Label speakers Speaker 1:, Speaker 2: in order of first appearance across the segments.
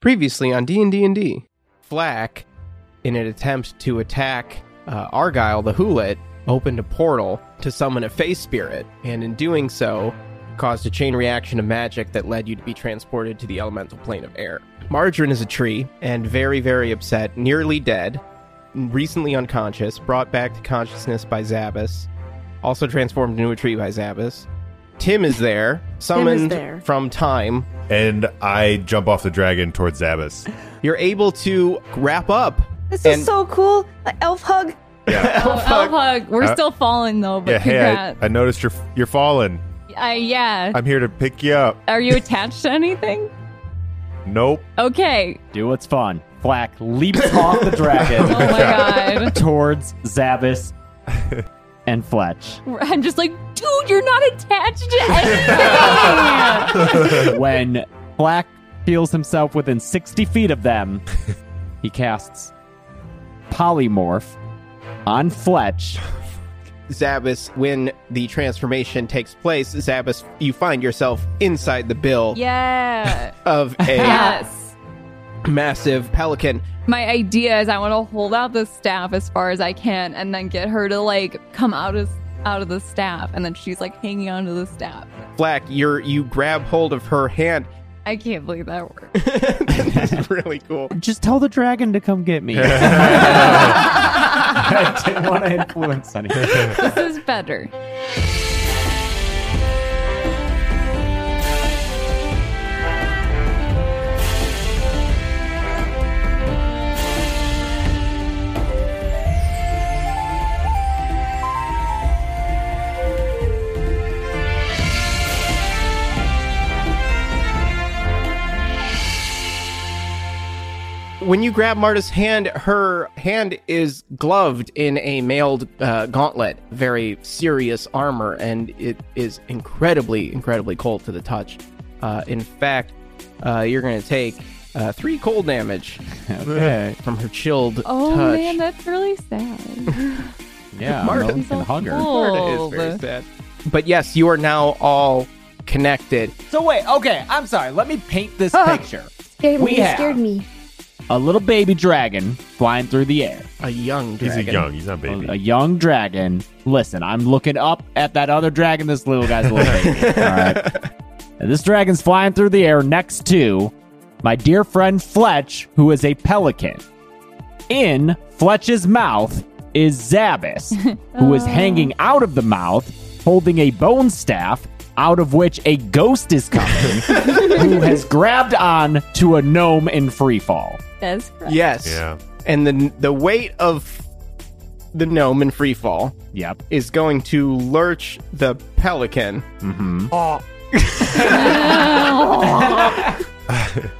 Speaker 1: Previously on D and D and D, Flack, in an attempt to attack uh, Argyle the Hulet, opened a portal to summon a face spirit, and in doing so, caused a chain reaction of magic that led you to be transported to the elemental plane of air. Margarine is a tree and very, very upset, nearly dead, recently unconscious, brought back to consciousness by Zabbis, also transformed into a tree by Zabbis. Tim is there, summoned
Speaker 2: there.
Speaker 1: from time,
Speaker 3: and I jump off the dragon towards Zabas.
Speaker 1: you're able to wrap up.
Speaker 2: This
Speaker 1: And-
Speaker 2: is so cool. A elf hug.
Speaker 3: Yeah,
Speaker 4: Oh, elf hug. We're
Speaker 3: Uh,
Speaker 4: still falling though, but
Speaker 3: yeah. Hey, I,
Speaker 4: congrats.
Speaker 3: I noticed you're you're falling.
Speaker 4: I, yeah.
Speaker 3: I'm here to pick you up.
Speaker 4: Are you attached to anything?
Speaker 3: Nope.
Speaker 4: Okay.
Speaker 5: Do what's fun. Flack leaps off the
Speaker 4: Oh
Speaker 5: dragon
Speaker 4: my god.
Speaker 5: towards Zabbis and Fletch.
Speaker 4: I'm just like, dude, you're not attached to anything.
Speaker 5: When Flack feels himself within 60 feet of them, he casts Polymorph on Fletch.
Speaker 1: Zabbis, when the transformation takes place, Zabbis, you find yourself inside the bill
Speaker 4: yeah.
Speaker 1: of a
Speaker 4: Yes.
Speaker 1: massive pelican.
Speaker 4: My idea is I want to hold out the staff as far as I can and then get her to like come out of out of the staff and then she's like hanging onto the staff.
Speaker 1: Black, you're you grab hold of her hand.
Speaker 4: I can't believe that worked.
Speaker 1: this is really cool.
Speaker 5: Just tell the dragon to come get me. I didn't want to influence anything.
Speaker 4: this is better.
Speaker 1: When you grab Marta's hand, her hand is gloved in a mailed uh, gauntlet, very serious armor, and it is incredibly, incredibly cold to the touch. Uh, in fact, uh, you're going to take uh, three cold damage
Speaker 5: Okay.
Speaker 1: from her chilled
Speaker 4: Oh
Speaker 1: touch.
Speaker 4: man, that's really sad.
Speaker 5: Yeah.
Speaker 1: Marta.
Speaker 5: Martin can hug her.
Speaker 1: Florida is very sad. But yes, you are now all connected.
Speaker 5: So wait, okay, I'm sorry. Let me paint this picture.
Speaker 2: Scared
Speaker 5: We
Speaker 2: me.
Speaker 5: have-
Speaker 2: Scared me.
Speaker 5: A little baby dragon flying through the air.
Speaker 1: A young
Speaker 3: He's
Speaker 1: dragon.
Speaker 3: a young. He's not a
Speaker 5: A, a
Speaker 3: baby.
Speaker 5: young dragon. Listen, I'm looking up at that other dragon. This little guy's a little baby. All right. And this dragon's flying through the air next to my dear friend Fletch, who is a pelican. In Fletch's mouth is Zabbis, who is hanging out of the mouth, holding a bone staff, out of which a ghost is coming, who has grabbed on to a gnome in free fall.
Speaker 4: That's correct.
Speaker 1: Yes.
Speaker 3: Yeah.
Speaker 1: And the the weight of the gnome in free fall
Speaker 5: Yep.
Speaker 1: is going to lurch the pelican.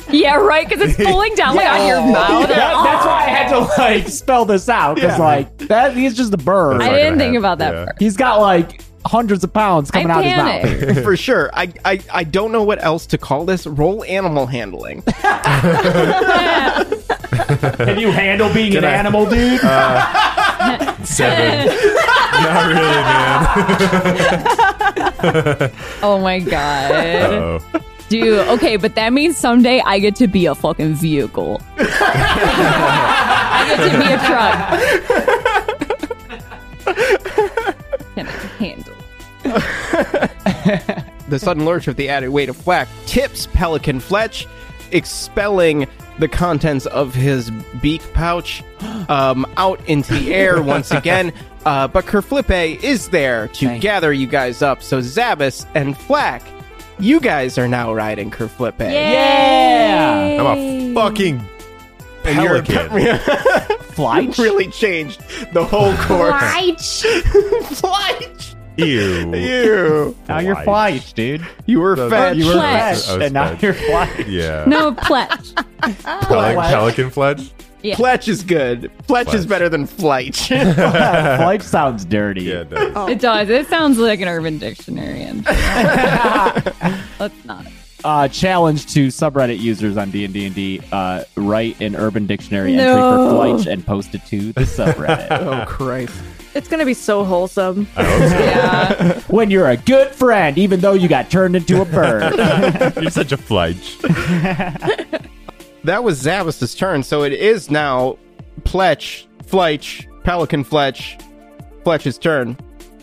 Speaker 4: Yeah, right, because it's pulling down like on your mouth.
Speaker 5: Oh. That- that's why I had to like spell this out because
Speaker 1: Yeah.
Speaker 5: like that he's just a bird.
Speaker 4: Oh, I didn't think about that
Speaker 3: Yeah.
Speaker 4: part.
Speaker 5: He's got like hundreds of pounds
Speaker 4: I
Speaker 5: coming out of his mouth.
Speaker 4: panicked.
Speaker 1: For sure. I, I I don't know what else to call this. Roll animal handling.
Speaker 5: Can you handle being an
Speaker 3: I- Uh,
Speaker 5: animal, dude?
Speaker 3: Seven. not really, man.
Speaker 4: oh my god.
Speaker 3: Oh,
Speaker 4: Dude, okay, but that means someday I get to be a fucking vehicle. I get to be a truck. Can I handle?
Speaker 1: the sudden lurch of the added weight of Flack tips Pelican Fletch, expelling the contents of his beak pouch um, out into the air once again. Uh, but Kerflippe is there to
Speaker 5: Thank-
Speaker 1: gather you guys up. So Zabbis and Flack, you guys are now riding Kerflippe.
Speaker 5: Yeah.
Speaker 3: I'm a fucking pelican.
Speaker 5: Flight.
Speaker 1: Really changed the whole course.
Speaker 2: Flight.
Speaker 1: Fletch!
Speaker 3: Ew.
Speaker 1: You.
Speaker 5: Now you're
Speaker 3: Flight.
Speaker 5: flight, dude.
Speaker 1: You were fed.
Speaker 5: You were
Speaker 4: Fletch.
Speaker 5: fetch,
Speaker 3: I was
Speaker 5: and now
Speaker 3: fetch.
Speaker 5: you're flight.
Speaker 3: Yeah.
Speaker 4: No, pledge.
Speaker 3: Pelic-
Speaker 5: Fletch.
Speaker 3: pelican fledge.
Speaker 4: Yeah.
Speaker 1: Fletch is good. Fletch, is
Speaker 3: Fletch.
Speaker 1: better than Flight.
Speaker 5: flight sounds dirty.
Speaker 3: Yeah. It does.
Speaker 4: It does. It sounds like an urban dictionary. And let's not.
Speaker 5: Uh, challenge to subreddit users on D and D and D. Uh, write an Urban Dictionary
Speaker 4: No.
Speaker 5: entry for flight and post it to the subreddit.
Speaker 1: oh, Christ.
Speaker 2: It's gonna be so wholesome.
Speaker 4: Yeah.
Speaker 5: when you're a good friend, even though you got turned into a bird.
Speaker 3: You're such a fledge.
Speaker 1: that was Zavas's turn, so it is now Fletch, Fletch, Pelican Fletch, Fletch's turn.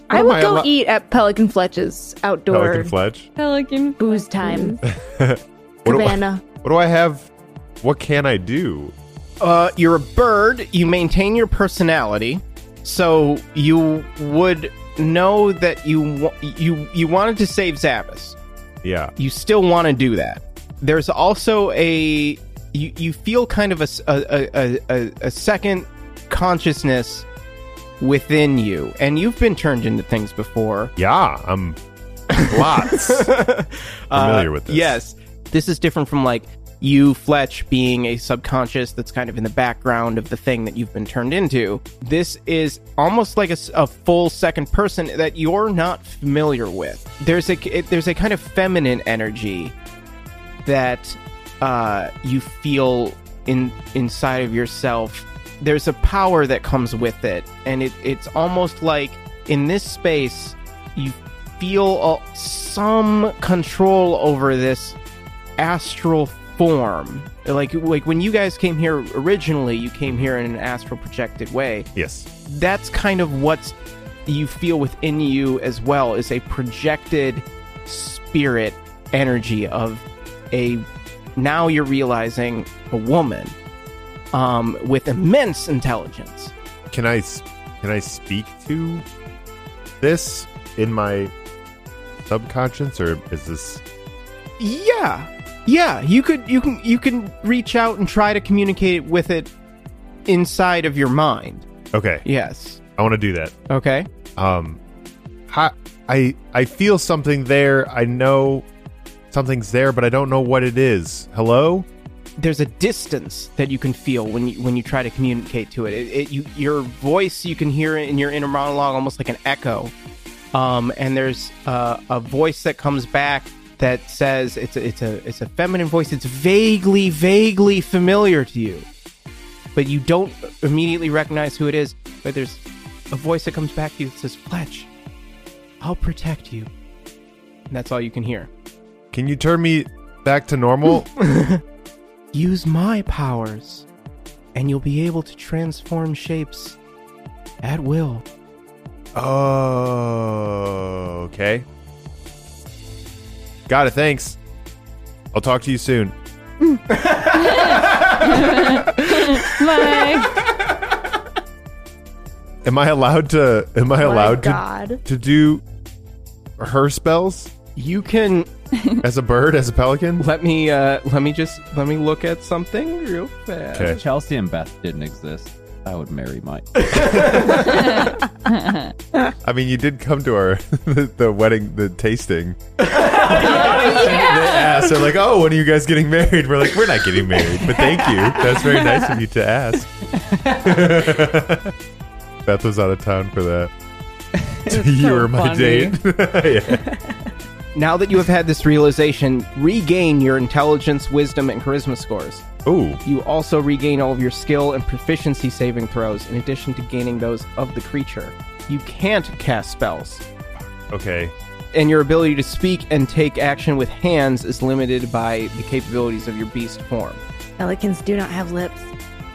Speaker 2: I
Speaker 3: am
Speaker 2: will
Speaker 3: I
Speaker 2: go
Speaker 3: allo-
Speaker 2: eat at Pelican Fletch's outdoor
Speaker 3: Pelican Fletch.
Speaker 4: Pelican
Speaker 2: booze time
Speaker 3: What do, I,
Speaker 2: cabana.
Speaker 3: what do I have? What can I do?
Speaker 1: Uh, you're a bird. You maintain your personality, so you would know that you wa- you you wanted to save Zavis.
Speaker 3: Yeah.
Speaker 1: You still want to do that. There's also a you you feel kind of a s- a- a- a- a- a second consciousness within you, and you've been turned into things before. Uh,
Speaker 3: Yeah. I'm lots. Familiar with this.
Speaker 1: Yes. This is different from like you, Fletch, being a subconscious that's kind of in the background of the thing that you've been turned into. This is almost like a, s- a full second person that you're not familiar with. There's a it, there's a kind of feminine energy that uh, you feel in inside of yourself. There's a power that comes with it, and it, it's almost like in this space you feel a, some control over this astral form. Like like when you guys came here originally, you came here in an astral projected way.
Speaker 3: Yes.
Speaker 1: That's kind of what's you feel within you as well is a projected spirit energy of a now you're realizing a woman um, with immense intelligence.
Speaker 3: Can I s- can I speak to this in my subconscious or is this
Speaker 1: Yeah. Yeah, you could you can you can reach out and try to communicate with it inside of your mind.
Speaker 3: Okay.
Speaker 1: Yes.
Speaker 3: I want to do that.
Speaker 1: Okay.
Speaker 3: um hi, i i feel something there i know something's there but i don't know what it is hello
Speaker 1: There's a distance that you can feel when you when you try to communicate to it. It, it you, your voice you can hear it in your inner monologue almost like an echo. Um, and there's uh, a voice that comes back that says it's a, it's a it's a feminine voice. It's vaguely vaguely familiar to you, but you don't immediately recognize who it is. But there's a voice that comes back to you that says, "Fletch, I'll protect you." And that's all you can hear.
Speaker 3: can you turn me back to normal
Speaker 1: Use my powers, and you'll be able to transform shapes at will.
Speaker 3: oh okay got it thanks i'll talk to you soon
Speaker 4: Like,
Speaker 3: am i allowed to am i
Speaker 2: My
Speaker 3: allowed to
Speaker 2: God.
Speaker 3: to do her spells
Speaker 1: You can
Speaker 3: as a bird as a pelican
Speaker 1: let me uh let me just let me look at something real fast.
Speaker 3: okay
Speaker 5: Chelsea and Beth didn't exist. I would marry Mike.
Speaker 3: i mean you did come to our the, the wedding the tasting
Speaker 4: yeah.
Speaker 3: asked, they're like, "Oh, when are you guys getting married?" We're like, "We're not getting married, but thank you. That's very nice of you to ask." Beth was out of town for that. you
Speaker 4: so
Speaker 3: were my
Speaker 4: funny.
Speaker 3: date. Yeah.
Speaker 1: Now that you have had this realization, regain your intelligence, wisdom, and charisma scores.
Speaker 3: Ooh,
Speaker 1: You also regain all of your skill and proficiency saving throws in addition to gaining those of the creature. You can't cast spells,
Speaker 3: okay.
Speaker 1: and your ability to speak and take action with hands is limited by the capabilities of your beast form.
Speaker 2: Pelicans do not have lips.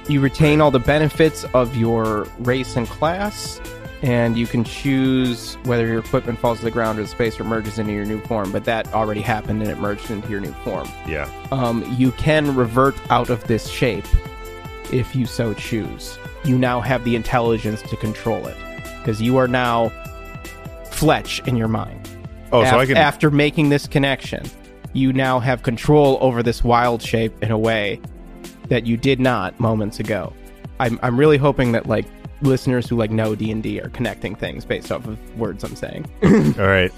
Speaker 1: You retain all the benefits of your race and class, and you can choose whether your equipment falls to the ground or the space or merges into your new form, but that already happened and it merged into your new form.
Speaker 3: Yeah.
Speaker 1: Um, you can revert out of this shape if you so choose. You now have the intelligence to control it because you are now Fletch in your mind.
Speaker 3: Oh, so
Speaker 1: Af-
Speaker 3: I can.
Speaker 1: After making this connection, you now have control over this wild shape in a way that you did not moments ago. I'm, I'm really hoping that like listeners who like know D and D are connecting things based off of words I'm saying.
Speaker 3: all right.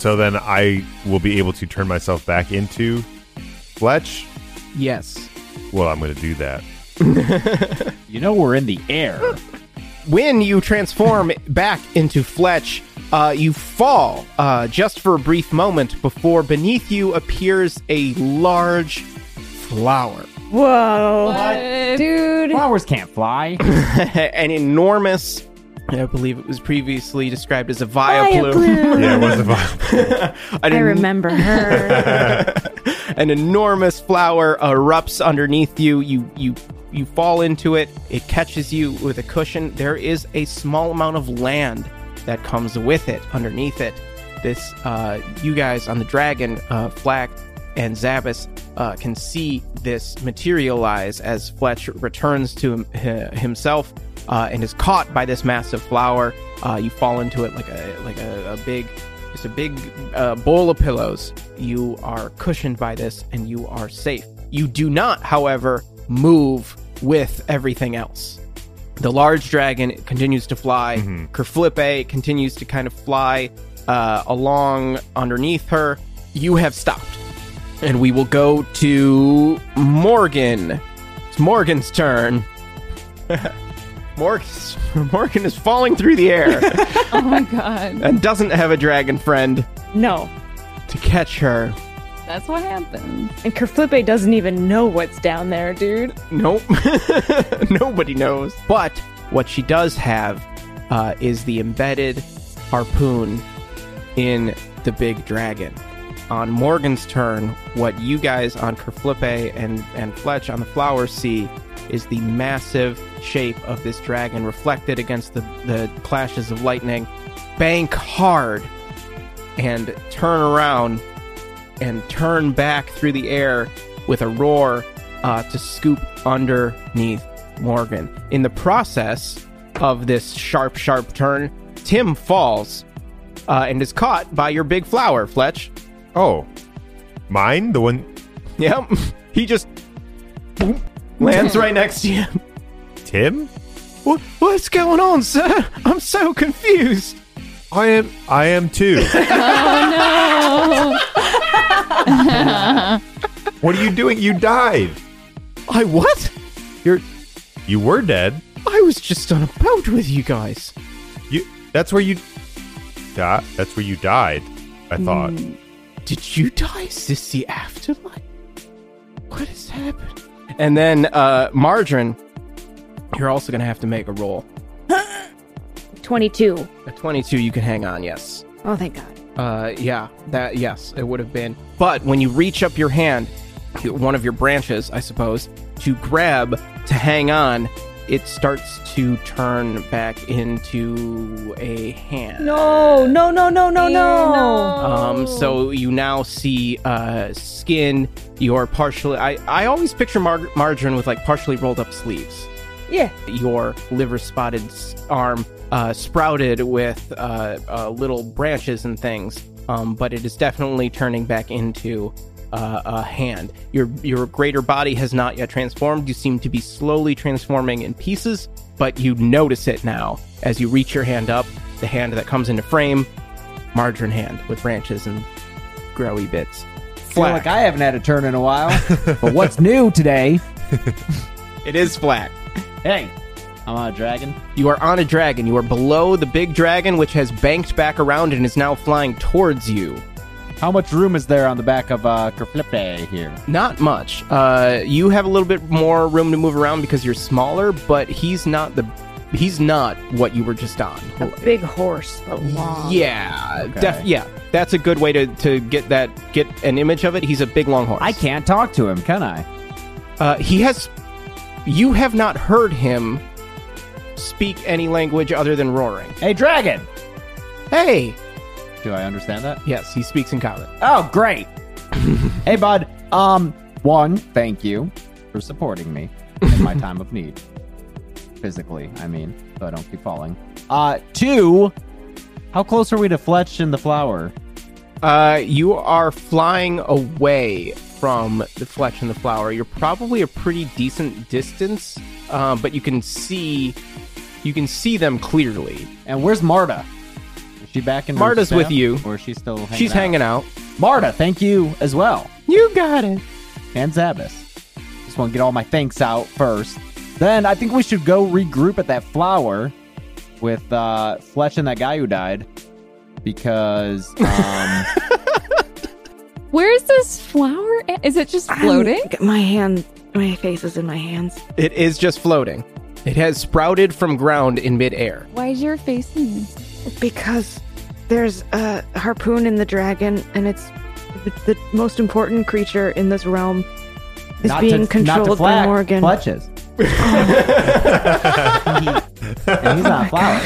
Speaker 3: So then I will be able to turn myself back into Fletch.
Speaker 1: yes.
Speaker 3: Well, I'm going to do that.
Speaker 5: You know we're in the air.
Speaker 1: When you transform back into Fletch, uh, you fall uh, just for a brief moment before beneath you appears a large flower.
Speaker 2: Whoa.
Speaker 4: What? Oh
Speaker 2: Dude.
Speaker 5: Flowers can't fly.
Speaker 1: an enormous I believe it was previously described as a Viaplume.
Speaker 2: Viaplume.
Speaker 3: Yeah, it was a vibe.
Speaker 2: I
Speaker 1: didn't-
Speaker 2: remember her.
Speaker 1: An enormous flower erupts underneath you. You you you fall into it. It catches you with a cushion. There is a small amount of land that comes with it underneath it. This uh, you guys on the dragon, uh, Flack and Zabbis, uh, can see this materialize as Fletch returns to him, hi- himself uh, and is caught by this massive flower. Uh, you fall into it like a like a, a big just a big uh, bowl of pillows. You are cushioned by this and you are safe. You do not, however, move with everything else. The large dragon continues to fly. Kerflippe continues to kind of fly uh, along underneath her. You have stopped. And we will go to Morgan. It's Morgan's turn. Morgan, Morgan is falling through the air
Speaker 4: Oh my god.
Speaker 1: and doesn't have a dragon friend
Speaker 2: no.
Speaker 1: to catch her.
Speaker 4: That's what happens.
Speaker 2: And Kerflippe doesn't even know what's down there, dude.
Speaker 1: Nope. Nobody knows. But what she does have uh, is the embedded harpoon in the big dragon. On Morgan's turn, what you guys on Kerflippe and, and Fletch on the flower see is the massive shape of this dragon reflected against the, the clashes of lightning. Bank hard and turn around and turn back through the air with a roar uh, to scoop underneath Morgan. In the process of this sharp, sharp turn, Tim falls uh, and is caught by your big flower, Fletch.
Speaker 3: Oh, mine? The one?
Speaker 1: Yep. He just boom, lands right next to you.
Speaker 3: Tim?
Speaker 1: What, what's going on, sir? I'm so confused.
Speaker 3: I am. I am too.
Speaker 4: Oh
Speaker 3: what are you doing? You died.
Speaker 1: I what?
Speaker 3: You're. You were dead.
Speaker 1: I was just on a boat with you guys.
Speaker 3: You. That's where you. Di- that's where you died. I thought.
Speaker 1: Did you die? Is this the afterlife? What has happened? And then, uh, Margarine, you're also going to have to make a roll.
Speaker 2: 22.
Speaker 1: A 22 you can hang on, yes.
Speaker 2: Oh, thank God.
Speaker 1: Uh, yeah, that, yes, it would have been. But when you reach up your hand, one of your branches, I suppose, to grab, to hang on, it starts to turn back into a hand.
Speaker 2: No, no, no, no, no,
Speaker 4: no.
Speaker 2: no.
Speaker 1: Um, so you now see uh, skin. Your partially, I, I always picture Mar- margarine with like partially rolled up sleeves.
Speaker 2: Yeah.
Speaker 1: Your liver spotted s- arm uh, sprouted with uh, uh, little branches and things, um, but it is definitely turning back into uh, a hand. Your your greater body has not yet transformed. You seem to be slowly transforming in pieces, but you notice it now as you reach your hand up. The hand that comes into frame margarine hand with branches and growy bits.
Speaker 5: Feel
Speaker 1: Flack.
Speaker 5: like I haven't had a turn in a while. but what's new today?
Speaker 1: it is flack.
Speaker 5: Hey, I'm on a dragon.
Speaker 1: You are on a dragon. You are below the big dragon, which has banked back around and is now flying towards you.
Speaker 5: How much room is there on the back of uh, Kerflippe here?
Speaker 1: Not much. Uh, you have a little bit more room to move around because you're smaller, but he's not the. He's not what you were just on.
Speaker 2: A big horse, but long.
Speaker 1: Yeah,
Speaker 5: Okay.
Speaker 1: def- yeah. That's a good way to, to get that get an image of it. He's a big long horse.
Speaker 5: I can't talk to him, can I?
Speaker 1: Uh, he has. You have not heard him speak any language other than roaring.
Speaker 5: Hey, dragon!
Speaker 1: Hey!
Speaker 5: Do I understand that?
Speaker 1: Yes, he speaks in common.
Speaker 5: Oh, great. hey, bud. Um, one, thank you for supporting me in my time of need. Physically, I mean, so I don't keep falling. Uh, two, how close are we to Fletch and the flower?
Speaker 1: Uh, you are flying away from the Fletch and the Flower. You're probably a pretty decent distance, uh, but you can see. You can see them clearly.
Speaker 5: And where's Marta? Is she back in? her
Speaker 1: Marta's
Speaker 5: staff,
Speaker 1: with you.
Speaker 5: or is she still? Hanging
Speaker 1: She's
Speaker 5: out?
Speaker 1: hanging out.
Speaker 5: Marta, thank you as well,
Speaker 1: You got it.
Speaker 5: and Zabas. Just want to get all my thanks out first. Then I think we should go regroup at that flower with uh, Fletch and that guy who died because. Um,
Speaker 4: no. Where's this flower? at? Is it just floating?
Speaker 2: I'm- my hand, my face is in my hands.
Speaker 1: It is just floating. It has sprouted from ground in midair.
Speaker 4: Why is your face in this?
Speaker 2: Because there's a harpoon in the dragon, and it's the, the most important creature in this realm is
Speaker 5: Not
Speaker 2: being
Speaker 5: to-
Speaker 2: controlled
Speaker 5: not to flack,
Speaker 2: by Morgan.
Speaker 5: Fletch is. and he's not flower.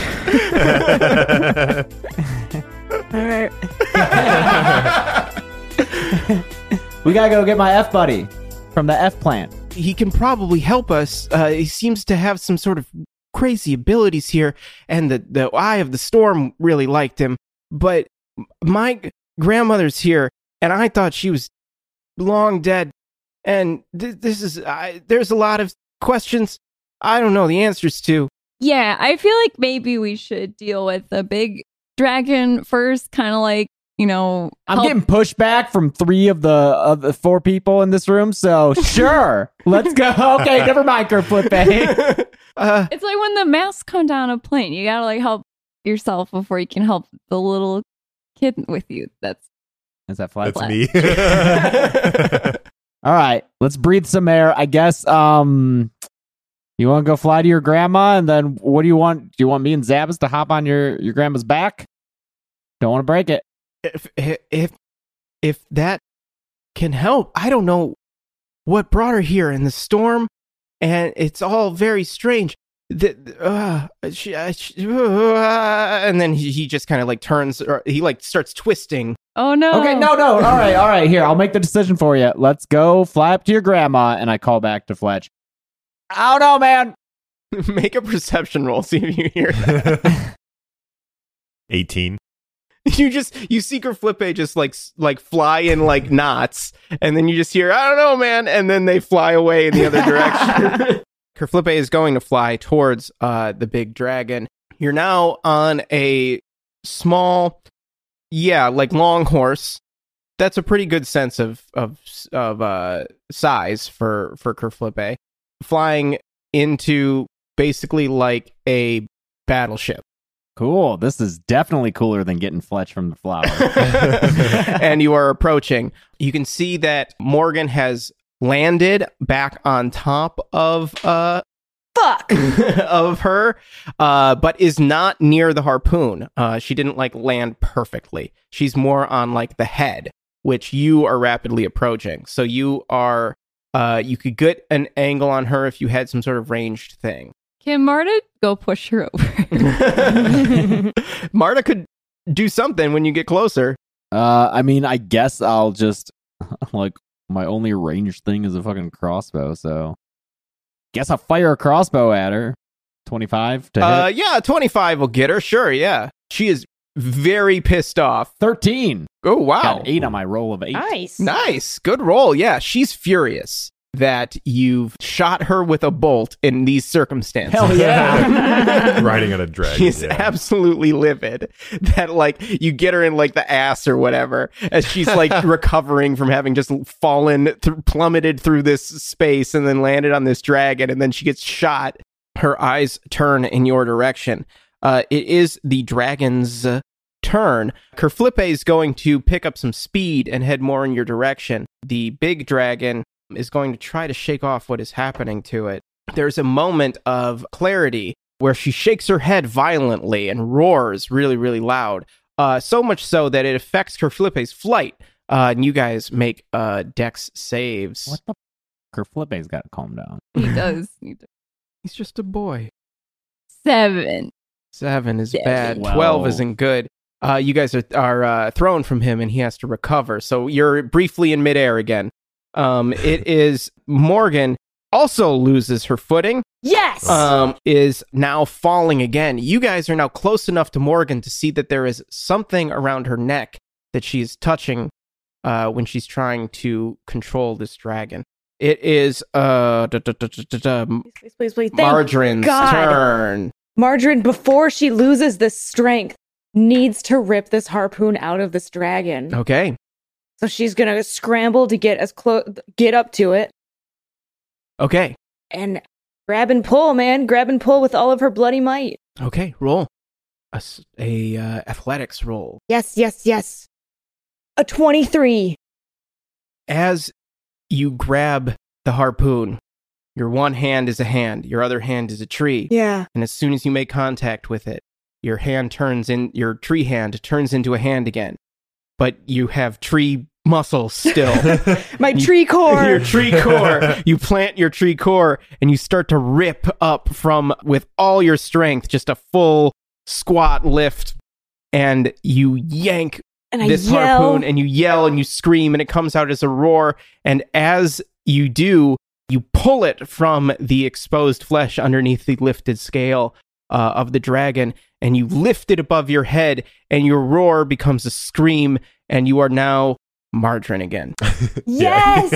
Speaker 2: All right.
Speaker 5: We gotta go get my F buddy from the F plant.
Speaker 1: He can probably help us. Uh, he seems to have some sort of crazy abilities here, and the, the Eye of the Storm really liked him. But my g- grandmother's here, and I thought she was long dead. And th- this is, I, there's a lot of questions I don't know the answers to.
Speaker 4: Yeah, I feel like maybe we should deal with the big dragon first, kind of like, you know,
Speaker 5: I'm
Speaker 4: help-
Speaker 5: getting pushback from three of the of the four people in this room, so sure, let's go. Okay, never mind, Kerflippe.
Speaker 1: uh,
Speaker 4: It's like when the masks come down a plane, you gotta like help yourself before you can help the little kid with you. That's
Speaker 5: Is that Fletch?
Speaker 3: That's
Speaker 4: Flat.
Speaker 3: me.
Speaker 5: All right, let's breathe some air. I guess. Um, you want to go fly to your grandma, and then what do you want? Do you want me and Zabbis to hop on your your grandma's back? Don't want to break it.
Speaker 1: if if if that can help i don't know what brought her here in the storm and it's all very strange the, uh, she, uh, she- uh, and then he, he just kind of like turns or he like starts twisting
Speaker 4: oh no.
Speaker 5: Okay, no, no. All right, all right. Here, I'll make the decision for you. Let's go fly up to your grandma, and I call back to Fletch. Oh no, man.
Speaker 1: make a perception roll see if you hear that.
Speaker 3: 18.
Speaker 1: you just you see Flippe just like s- like fly in like knots and then you just hear i don't know man and then they fly away in the other direction Kerflippe is going to fly towards uh, the big dragon. You're now on a small, yeah, like long horse. That's a pretty good sense of of of uh, size for for Kerflippe. Flying into basically like a battleship,
Speaker 5: Cool. This is definitely cooler than getting Fletch from the flower.
Speaker 1: and you are approaching. You can see that Morgan has landed back on top of uh,
Speaker 2: Fuck.
Speaker 1: of her, uh, but is not near the harpoon. Uh, she didn't like land perfectly. She's more on like the head, which you are rapidly approaching. So you are, uh, you could get an angle on her if you had some sort of ranged thing.
Speaker 4: Can Marta go push her over?
Speaker 1: Marta could do something when you get closer.
Speaker 5: Uh, I mean, I guess I'll just like my only range thing is a fucking crossbow, so guess I'll fire a crossbow at her. Twenty-five to
Speaker 1: Uh,
Speaker 5: hit.
Speaker 1: yeah, twenty five will get her. Sure, yeah. She is very pissed off.
Speaker 5: Thirteen.
Speaker 1: Oh wow,
Speaker 5: Got an eight on my roll of eight.
Speaker 2: Nice.
Speaker 1: Nice. Good roll. Yeah, she's furious that you've shot her with a bolt in these circumstances.
Speaker 5: Hell
Speaker 1: Oh, yeah.
Speaker 3: Riding on a dragon.
Speaker 1: She's
Speaker 3: yeah.
Speaker 1: absolutely livid that like you get her in like the ass or whatever as she's like recovering from having just fallen th- plummeted through this space and then landed on this dragon and then she gets shot. Her eyes turn in your direction. Uh, it is the dragon's uh, turn. Kerflippe is going to pick up some speed and head more in your direction. The big dragon is going to try to shake off what is happening to it. There's a moment of clarity where she shakes her head violently and roars really, really loud. Uh, so much so that it affects Kerflippe's flight. Uh, and you guys make uh, dex saves.
Speaker 5: What the? Kerflippe's got to calm down.
Speaker 4: he does need to.
Speaker 1: He's just a boy.
Speaker 4: Seven.
Speaker 1: Seven is
Speaker 4: Seven.
Speaker 1: bad.
Speaker 5: Wow.
Speaker 1: Twelve isn't good. Uh, you guys are are uh, thrown from him, and he has to recover. So you're briefly in midair again. Um, it is Morgan also loses her footing.
Speaker 2: Yes.
Speaker 5: Uh,
Speaker 1: Um, is now falling again. You guys are now close enough to Morgan to see that there is something around her neck that she's touching uh, when she's trying to control this dragon. It is uh, da, da, da, da, da, da,
Speaker 2: please, please, please. Thank
Speaker 1: Margarine's
Speaker 2: God.
Speaker 1: turn.
Speaker 2: Margarine, before she loses this strength, needs to rip this harpoon out of this dragon.
Speaker 5: Oh.
Speaker 1: Okay.
Speaker 2: So she's gonna scramble to get as close, get up to it,
Speaker 1: Okay.
Speaker 2: and grab and pull, man, grab and pull with all of her bloody might.
Speaker 1: Okay. Roll a, s- a, uh, athletics roll.
Speaker 2: Yes, yes, yes. A twenty-three.
Speaker 1: As you grab the harpoon, Your one hand is a hand, your other hand is a tree.
Speaker 2: Yeah.
Speaker 1: And as soon as you make contact with it, your hand turns in your tree hand turns into a hand again. But you have tree muscles still.
Speaker 2: My tree
Speaker 1: your
Speaker 2: core.
Speaker 1: tree core. You plant your tree core and you start to rip up from with all your strength, just a full squat lift. And you yank
Speaker 2: and I
Speaker 1: this
Speaker 2: yell.
Speaker 1: harpoon and you yell and you scream and it comes out as a roar and as you do you pull it from the exposed flesh underneath the lifted scale uh, of the dragon and you lift it above your head and your roar becomes a scream and you are now margarine again
Speaker 2: Yes.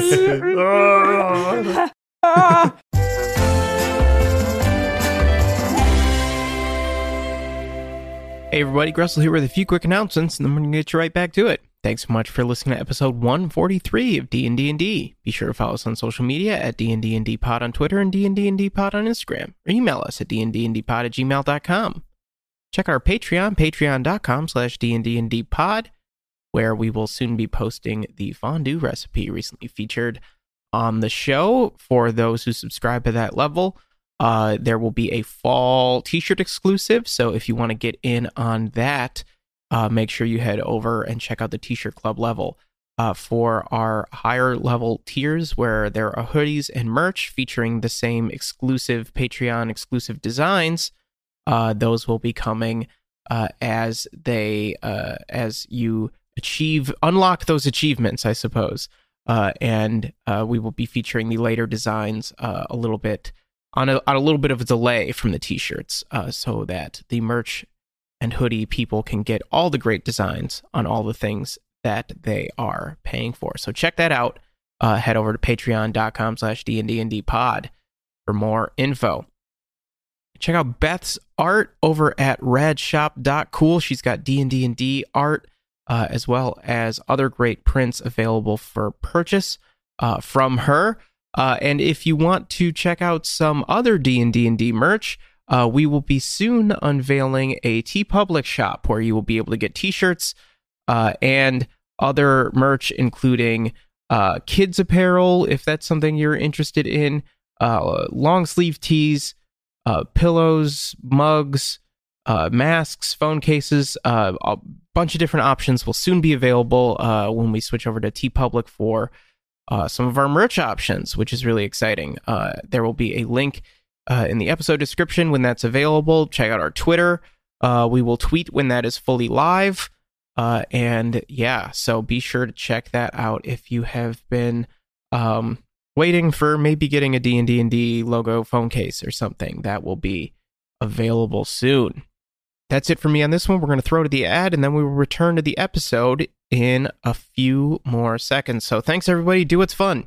Speaker 2: Ah.
Speaker 1: Hey everybody, Gressel here with a few quick announcements, and then we're gonna get you right back to it. Thanks so much for listening to episode 143 of D&D and D. Be sure to follow us on social media at D&D and D Pod on Twitter and D and D and D Pod on Instagram, or email us at dndndpod at gmail.com. Check out our Patreon, patreon.com slash D&D and D Pod, where we will soon be posting the fondue recipe recently featured on the show for those who subscribe at that level. Uh, there will be a fall t-shirt exclusive, so if you want to get in on that, uh, make sure you head over and check out the t-shirt club level. Uh, for our higher level tiers, where there are hoodies and merch featuring the same exclusive Patreon exclusive designs, uh, those will be coming uh, as they uh, as you achieve unlock those achievements, I suppose. Uh, and uh, we will be featuring the later designs uh, a little bit on a, on a little bit of a delay from the t-shirts uh, so that the merch and hoodie people can get all the great designs on all the things that they are paying for so check that out uh, head over to patreon.com slash dndnd pod for more info check out beth's art over at radshop.cool she's got d&d and d art uh, as well as other great prints available for purchase uh, from her uh, and if you want to check out some other D and D and D merch, uh, we will be soon unveiling a T Public shop where you will be able to get T-shirts uh, and other merch, including uh, kids apparel if that's something you're interested in, uh, long sleeve tees, uh, pillows, mugs, uh, masks, phone cases, uh, a bunch of different options will soon be available uh, when we switch over to T Public for uh, some of our merch options, which is really exciting. Uh, there will be a link uh, in the episode description when that's available. Check out our Twitter. Uh, we will tweet when that is fully live. Uh, and yeah, so be sure to check that out if you have been um, waiting for maybe getting a D&D and D logo phone case or something. That will be available soon. That's it for me on this one. We're going to throw to the ad and then we will return to the episode in a few more seconds. So thanks, everybody. Do what's fun.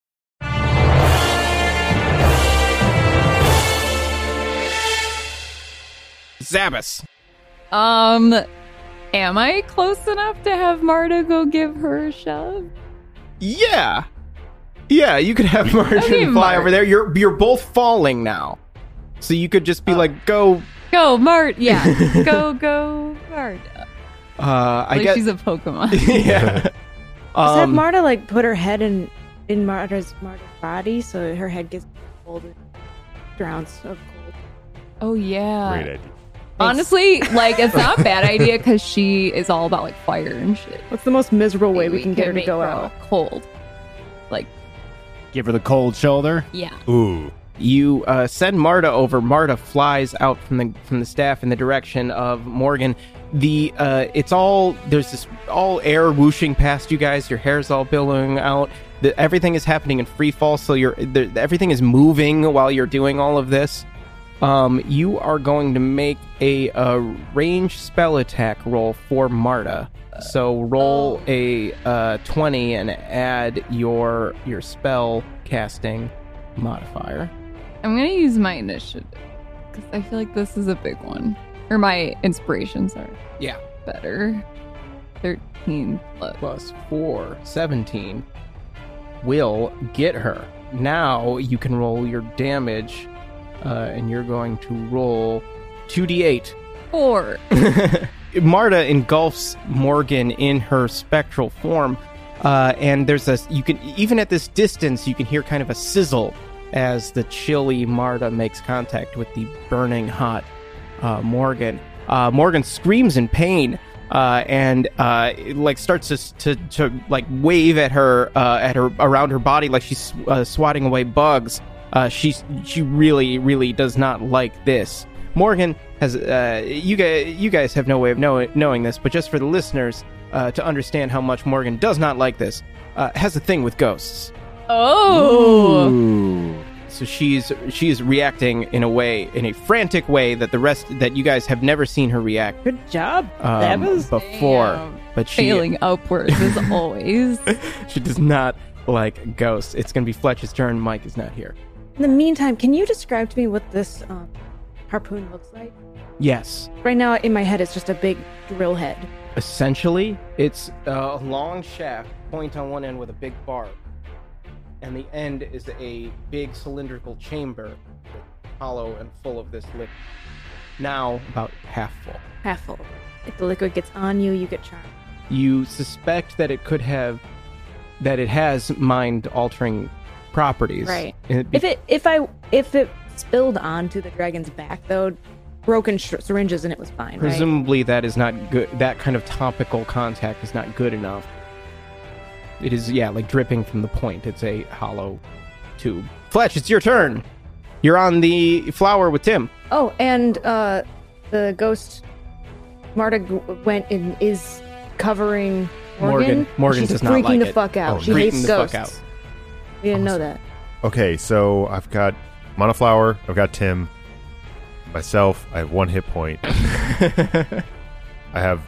Speaker 1: Zabbis.
Speaker 4: Um, am I close enough to have Marta go give her a shove?
Speaker 1: Yeah. Yeah, you could have Martin
Speaker 4: Okay,
Speaker 1: fly
Speaker 4: Martin.
Speaker 1: over there. You're you're both falling now. So you could
Speaker 4: Oh.
Speaker 1: just be like, go
Speaker 4: Go, Mart. Yeah, go, go, Mart.
Speaker 1: uh I
Speaker 4: like
Speaker 1: guess
Speaker 4: she's a Pokemon.
Speaker 1: Yeah.
Speaker 2: Does that
Speaker 1: Um,
Speaker 2: Marta like put her head in in Marta's Marta's body so her head gets cold and drowns of cold?
Speaker 4: Oh yeah.
Speaker 3: Great idea.
Speaker 4: Honestly, like it's not a bad idea because she is all about like fire and shit.
Speaker 2: What's the most miserable way we, can get her to
Speaker 4: make
Speaker 2: go out?
Speaker 4: cold. Like
Speaker 5: Give her the cold shoulder.
Speaker 4: yeah.
Speaker 3: Ooh.
Speaker 1: You uh, send Marta over. Marta flies out from the from the staff in the direction of Morgan. The uh, it's all there's this all air whooshing past you guys. Your hair's all billowing out. The, everything is happening in free fall, so you're the, everything is moving while you're doing all of this. Um, you are going to make a, uh range spell attack roll for Marta. So roll a uh, twenty and add your your spell casting modifier.
Speaker 4: I'm gonna use my initiative because I feel like this is a big one, or my inspirations are
Speaker 1: Yeah.
Speaker 4: better. Thirteen plus.
Speaker 1: plus 4, 17, will get her. Now you can roll your damage, uh, and you're going to roll 2d8.
Speaker 4: Four.
Speaker 1: Marta engulfs Morgan in her spectral form, uh, and there's a you can even at this distance you can hear kind of a sizzle as the chilly Marta makes contact with the burning hot uh, Morgan. Uh, Morgan screams in pain uh, and uh, it, like starts to, to to like wave at her uh, at her around her body like she's uh, swatting away bugs. Uh, she she really really does not like this. Morgan has uh, you guys you guys have no way of know- knowing this, but just for the listeners uh, to understand how much Morgan does not like this, uh, has a thing with ghosts.
Speaker 4: Oh.
Speaker 5: Ooh.
Speaker 1: So she's she is reacting in a way in a frantic way that the rest that you guys have never seen her react
Speaker 6: Good job.
Speaker 1: um,
Speaker 6: that was
Speaker 1: before.
Speaker 4: Damn.
Speaker 1: But she
Speaker 4: Failing upwards as always.
Speaker 1: she does not like ghosts. It's gonna be Fletch's turn. Mike is not here.
Speaker 2: In the meantime, can you describe to me what this um, harpoon looks like?
Speaker 1: Yes,
Speaker 2: Right now, in my head, it's just a big drill head.
Speaker 1: essentially it's a long shaft point on one end with a big barb and the end is a big cylindrical chamber hollow and full of this liquid now about half full
Speaker 2: Half full. If the liquid gets on you, you get charmed.
Speaker 1: you suspect that it could have that it has mind altering properties
Speaker 2: Right.
Speaker 1: And it be-
Speaker 2: If it if I if it spilled onto the dragon's back though, broken sh- syringes and it was fine. right?
Speaker 1: presumably that is not good that kind of topical contact is not good enough it is yeah like dripping from the point it's a hollow tube fletch it's your turn you're on the flower with tim
Speaker 2: Oh, and uh, the ghost Marta g- went and is covering Morgan.
Speaker 1: Morgan- Morgan
Speaker 2: She's
Speaker 1: does not
Speaker 2: freaking
Speaker 1: like
Speaker 2: the
Speaker 1: it.
Speaker 2: fuck out.
Speaker 3: Oh,
Speaker 2: she
Speaker 1: freaking
Speaker 2: hates
Speaker 1: the
Speaker 2: ghosts.
Speaker 1: fuck out.
Speaker 2: We didn't know that.
Speaker 3: Okay, so I've got Monoflower, I've got Tim, myself, I have one hit point. I have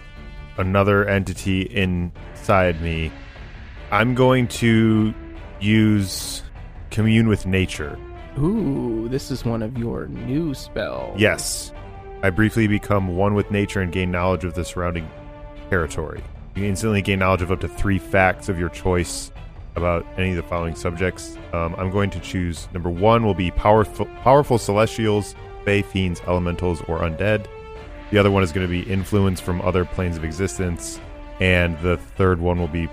Speaker 3: another entity inside me. I'm going to use commune with nature.
Speaker 1: ooh this is one of your new spells
Speaker 3: Yes. I briefly become one with nature and gain knowledge of the surrounding territory. You instantly gain knowledge of up to three facts of your choice about any of the following subjects. Um, I'm going to choose number one will be powerful, powerful celestials, fey, fiends, elementals, or undead. The other one is going to be influence from other planes of existence, and the third one will be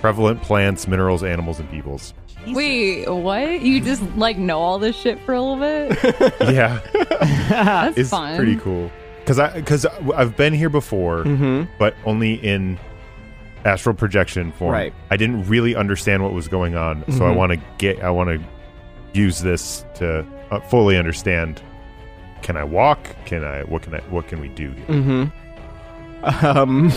Speaker 3: prevalent plants, minerals, animals, and peoples.
Speaker 4: Wait, what? You just like know all this shit for a little bit?
Speaker 3: yeah,
Speaker 4: That's
Speaker 3: it's
Speaker 4: fun.
Speaker 3: pretty cool. Because I because I've been here before.
Speaker 1: mm-hmm
Speaker 3: but only in astral projection form.
Speaker 1: Right.
Speaker 3: I didn't really understand what was going on, so I
Speaker 1: Mhm.
Speaker 3: want to get I want to use this to uh, fully understand can I walk? Can I what can I what can we do? here?
Speaker 1: mm-hmm um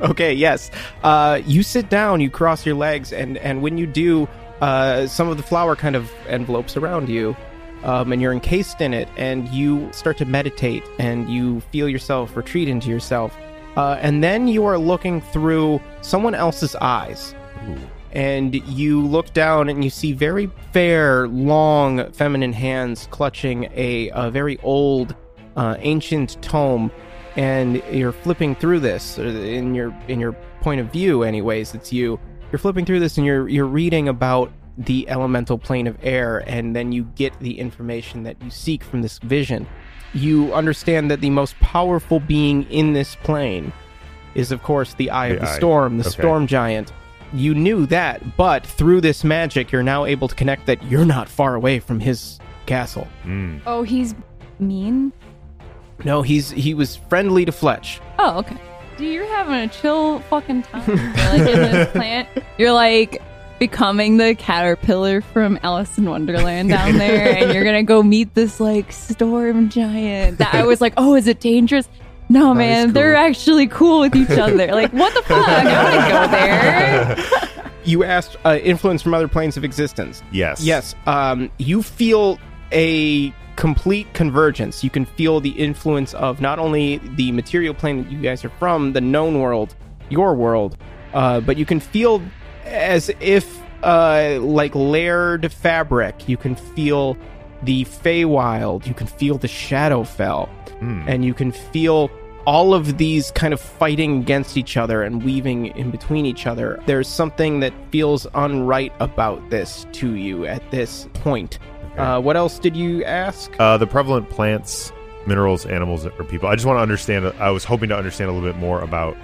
Speaker 1: okay yes uh you sit down you cross your legs and and when you do uh some of the flower kind of envelopes around you um, and you're encased in it, and you start to meditate, and you feel yourself retreat into yourself, uh, and then you are looking through someone else's eyes, and you look down and you see very fair, long, feminine hands clutching a, a very old, uh, ancient tome, and you're flipping through this or in your in your point of view, anyways. It's you. You're flipping through this, and you're you're reading about the elemental plane of air, and then you get the information that you seek from this vision. You understand that the most powerful being in this plane is, of course, the Eye of
Speaker 3: The
Speaker 1: the
Speaker 3: Eye.
Speaker 1: Storm, the
Speaker 3: Okay.
Speaker 1: Storm Giant. You knew that, but through this magic, you're now able to connect that you're not far away from his castle.
Speaker 3: Mm.
Speaker 4: Oh, he's mean?
Speaker 1: No, he's he was friendly to Fletch.
Speaker 4: Oh, okay. Dude, you're having a chill fucking time. You're like in this plant. You're like becoming the caterpillar from Alice in Wonderland down there, and you're gonna go meet this like storm giant that I was like, oh, is it dangerous? No, man,
Speaker 1: cool.
Speaker 4: they're actually cool with each other. Like, what the fuck? I wanna go there.
Speaker 1: You asked uh, influence from other planes of existence.
Speaker 3: Yes.
Speaker 1: Yes, um, you feel a complete convergence. You can feel the influence of not only the material plane that you guys are from, the known world, your world, uh, but you can feel as if uh, like layered fabric. You can feel the Feywild. You can feel the Shadowfell,
Speaker 3: Hmm.
Speaker 1: and you can feel all of these kind of fighting against each other and weaving in between each other. There's something that feels unright about this to you at this point. Uh, what else did you ask?
Speaker 3: Uh, the prevalent plants, minerals, animals, or people. I just want to understand. uh, I was hoping to understand a little bit more about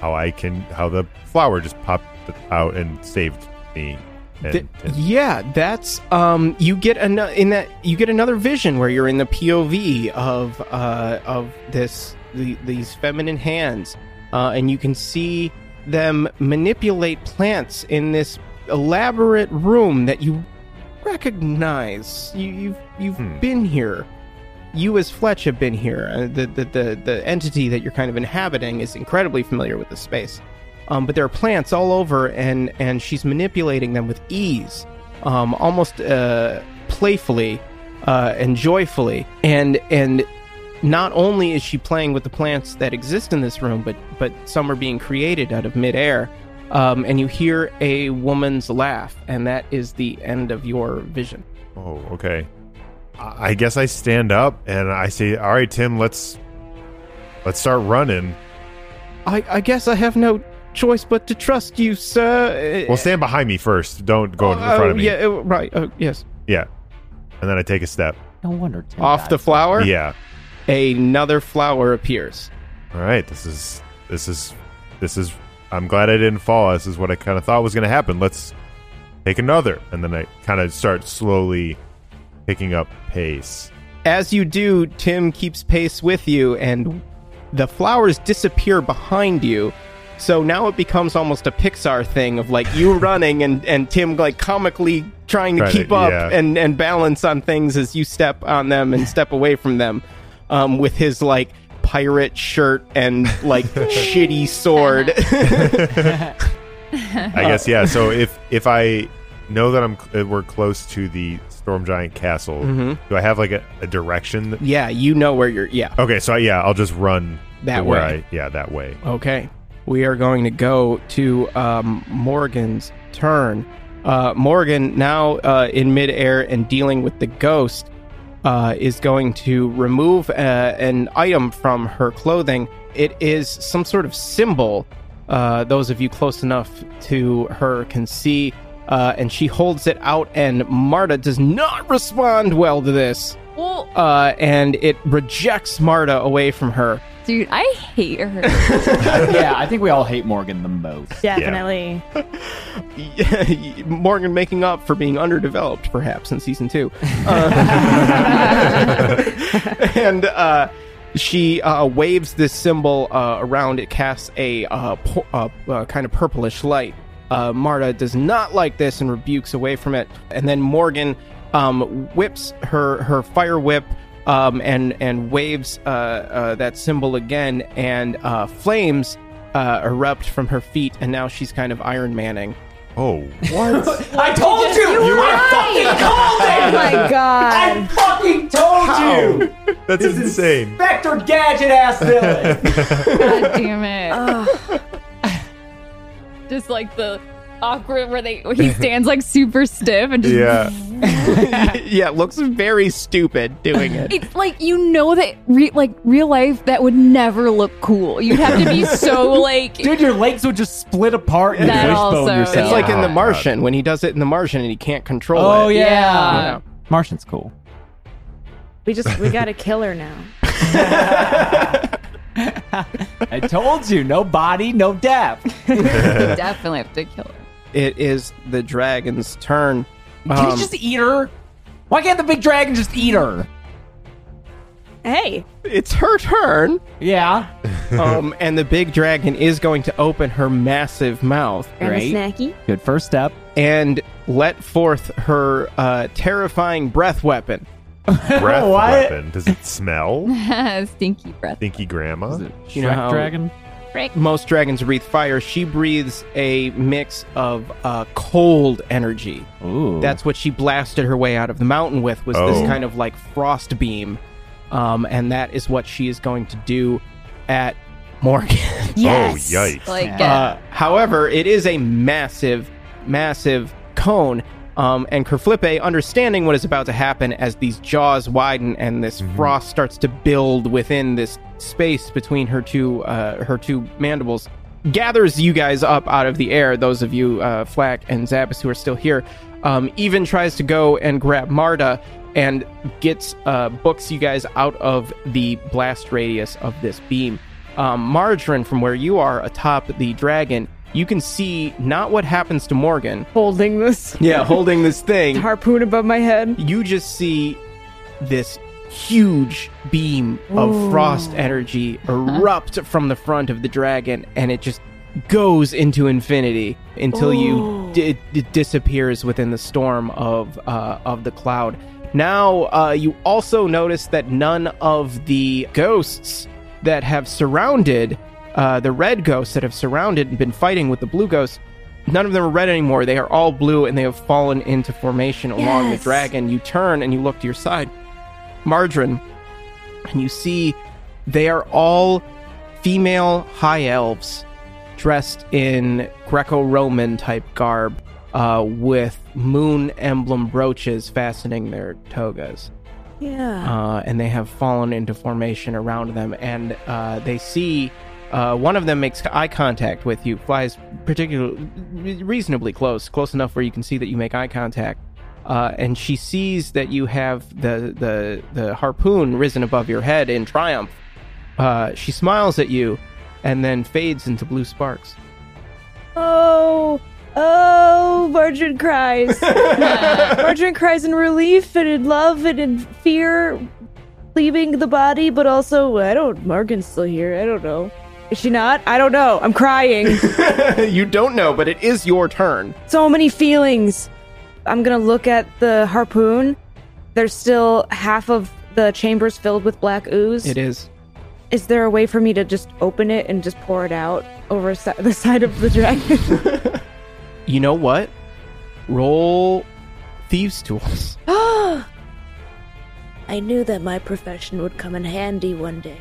Speaker 3: how I can, how the flower just popped out and saved me. And,
Speaker 1: Th-
Speaker 3: and-
Speaker 1: yeah, that's um. You get an- in that you get another vision where you're in the POV of uh of this the, these feminine hands, uh, and you can see them manipulate plants in this elaborate room that you recognize. You you've you've
Speaker 3: Hmm.
Speaker 1: been here. You as Fletch have been here. Uh, the, the the the entity that you're kind of inhabiting is incredibly familiar with the space um, but there are plants all over, and and she's manipulating them with ease, um, almost uh, playfully uh, and joyfully, and and not only is she playing with the plants that exist in this room, but but some are being created out of midair. Um, and you hear a woman's laugh, and that is the end of your vision.
Speaker 3: oh, okay. I I guess I stand up and I say, "All right, Tim, let's let's start running.
Speaker 1: I, I guess I have no choice but to trust you, sir.
Speaker 3: Well, stand behind me first. Don't go in front
Speaker 1: oh,
Speaker 3: of me.
Speaker 1: Yeah, oh, right. Oh, yes.
Speaker 3: Yeah. And then I take a step.
Speaker 5: No wonder. Tim
Speaker 1: Off
Speaker 5: died.
Speaker 1: the flower,
Speaker 3: Yeah.
Speaker 1: another flower appears.
Speaker 3: All right. This is this is this is. I'm glad I didn't fall. This is what I kind of thought was going to happen. Let's take another, and then I kind of start slowly picking up pace.
Speaker 1: As you do, Tim keeps pace with you, and the flowers disappear behind you. So now it becomes almost a Pixar thing of like you running and, and Tim like comically trying to
Speaker 3: Trying to-
Speaker 1: keep up
Speaker 3: yeah.
Speaker 1: and, and balance on things as you step on them and step away from them um, with his like pirate shirt and like shitty sword.
Speaker 3: I guess yeah. So if if I know that I'm uh, we're close to the storm giant castle, do I have like a, a direction? That,
Speaker 1: yeah, you know where you're. Yeah.
Speaker 3: okay. So yeah, I'll just run
Speaker 1: That
Speaker 3: to where
Speaker 1: way.
Speaker 3: I, yeah, that way.
Speaker 1: Okay. We are going to go to um, Morgan's turn. Uh, Morgan, now uh, in midair and dealing with the ghost, uh, is going to remove uh, an item from her clothing. It is some sort of symbol. Uh, those of you close enough to her can see. Uh, and she holds it out, and Marta does not respond well to this.
Speaker 4: Well,
Speaker 1: Uh, and it rejects Marta away from her.
Speaker 4: dude, I hate her.
Speaker 5: yeah, I think we all hate Morgan the most.
Speaker 2: Definitely.
Speaker 1: Morgan making up for being underdeveloped, perhaps, in season two. Uh, and uh, she uh, waves this symbol uh, around. It casts a uh, po- uh, uh, kind of purplish light. Uh, Marta does not like this and rebukes away from it. And then Morgan um, whips her, her fire whip um, and, and waves uh, uh, that symbol again, and uh, flames uh, erupt from her feet, and now she's kind of Iron Manning.
Speaker 3: Oh, what?
Speaker 5: I told you. You,
Speaker 6: Oh my god.
Speaker 5: fucking told you.
Speaker 3: That's insane.
Speaker 5: Vector gadget ass villain.
Speaker 4: God damn it. just like the awkward where they he stands like super stiff and just
Speaker 3: Yeah.
Speaker 1: yeah, looks very stupid doing it.
Speaker 4: It's like you know that re- like real life that would never look cool. You'd have to be so like
Speaker 5: Dude, your legs would just split apart and
Speaker 4: That
Speaker 5: wishbone
Speaker 4: also,
Speaker 5: yourself.
Speaker 1: It's like in The
Speaker 3: Oh,
Speaker 1: Martian when he does it in The Martian and he can't control it.
Speaker 5: Oh yeah.
Speaker 4: Yeah.
Speaker 1: You know?
Speaker 5: Martian's cool.
Speaker 2: We just we gotta kill her now.
Speaker 5: I told you, no body, no death.
Speaker 4: you definitely have to kill her.
Speaker 1: It is the dragon's turn.
Speaker 5: Can
Speaker 1: Um,
Speaker 5: he just eat her? Why can't the big dragon just eat her?
Speaker 2: Hey,
Speaker 1: it's her turn,
Speaker 5: Yeah.
Speaker 1: um, and the big dragon is going to open her massive mouth
Speaker 2: grab a
Speaker 5: Great.
Speaker 2: snacky.
Speaker 5: Good first step.
Speaker 1: and let forth her uh, terrifying breath weapon.
Speaker 3: Breath
Speaker 5: What?
Speaker 3: weapon. Does it smell?
Speaker 4: Stinky breath.
Speaker 3: Stinky grandma.
Speaker 5: Is it
Speaker 1: You know
Speaker 5: Shrek
Speaker 1: how-
Speaker 5: dragon?
Speaker 1: Most dragons breathe fire. She breathes a mix of uh, cold energy.
Speaker 5: Ooh.
Speaker 1: That's what she blasted her way out of the mountain with was
Speaker 3: Oh.
Speaker 1: this kind of like frost beam, um, and that is what she is going to do at Morgan.
Speaker 3: Oh, yikes.
Speaker 4: Like
Speaker 1: Uh, however, it is a massive, massive cone. Um, and Kerflippe, understanding what is about to happen as these jaws widen and this frost starts to build within this space between her two uh, her two mandibles, gathers you guys up out of the air. Those of you, uh, Flack and Zappis, who are still here, um, even tries to go and grab Marta and gets uh, books you guys out of the blast radius of this beam. Um, Margarine, from where you are atop the dragon, you can see not what happens to Morgan.
Speaker 2: Holding this
Speaker 1: Yeah, holding this thing.
Speaker 2: harpoon above my head.
Speaker 1: You just see this huge beam of frost energy erupt from the front of the dragon, and it just goes into infinity until you di- it disappears within the storm of uh, of the cloud. Now uh, you also notice that none of the ghosts that have surrounded uh, the red ghosts that have surrounded and been fighting with the blue ghosts. None of them are red anymore. They are all blue, and they have fallen into formation along the
Speaker 4: Yes.
Speaker 1: dragon. You turn and you look to your side, Margarine, and you see they are all female high elves dressed in Greco-Roman type garb, uh, with moon emblem brooches fastening their togas
Speaker 2: Yeah.
Speaker 1: uh, and they have fallen into formation around them. And uh, they see uh, one of them makes eye contact with you, flies particularly reasonably close, close enough where you can see that you make eye contact. Uh, and she sees that you have the, the the harpoon risen above your head in triumph. Uh, she smiles at you, and then fades into blue sparks.
Speaker 2: Oh, oh, Margarine cries. Margarine cries in relief and in love and in fear, leaving the body, but also, I don't, Morgan's still here. I don't know. Is she not? I don't know. I'm crying.
Speaker 1: you don't know, but it is your turn.
Speaker 2: so many feelings. I'm gonna look at the harpoon. There's still half of the chambers filled with black ooze.
Speaker 1: It is.
Speaker 2: Is there a way for me to just open it and just pour it out over si- the side of the dragon?
Speaker 1: You know what? Roll thieves' tools.
Speaker 7: I knew that my profession would come in handy one day.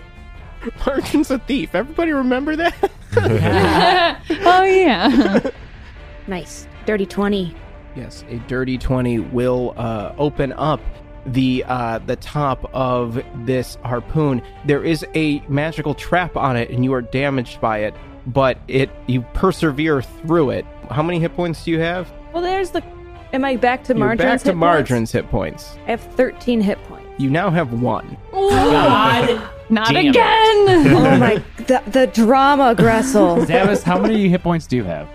Speaker 1: Martin's a thief. Everybody remember that?
Speaker 4: oh yeah.
Speaker 7: Nice. Dirty 20.
Speaker 1: Yes, a dirty twenty will uh, open up the uh, the top of this harpoon. There is a magical trap on it, and you are damaged by it. But it you persevere through it. How many hit points do you have?
Speaker 2: well, there's the. Am I back to
Speaker 1: You're
Speaker 2: Margarine's
Speaker 1: back to
Speaker 2: hit points?
Speaker 1: Margarine's hit points.
Speaker 2: I have 13 hit points.
Speaker 1: You now have one.
Speaker 4: Not
Speaker 5: Damn it.
Speaker 4: again.
Speaker 2: Oh my! The, the drama, Gressel.
Speaker 5: Davis, how many hit points do you have?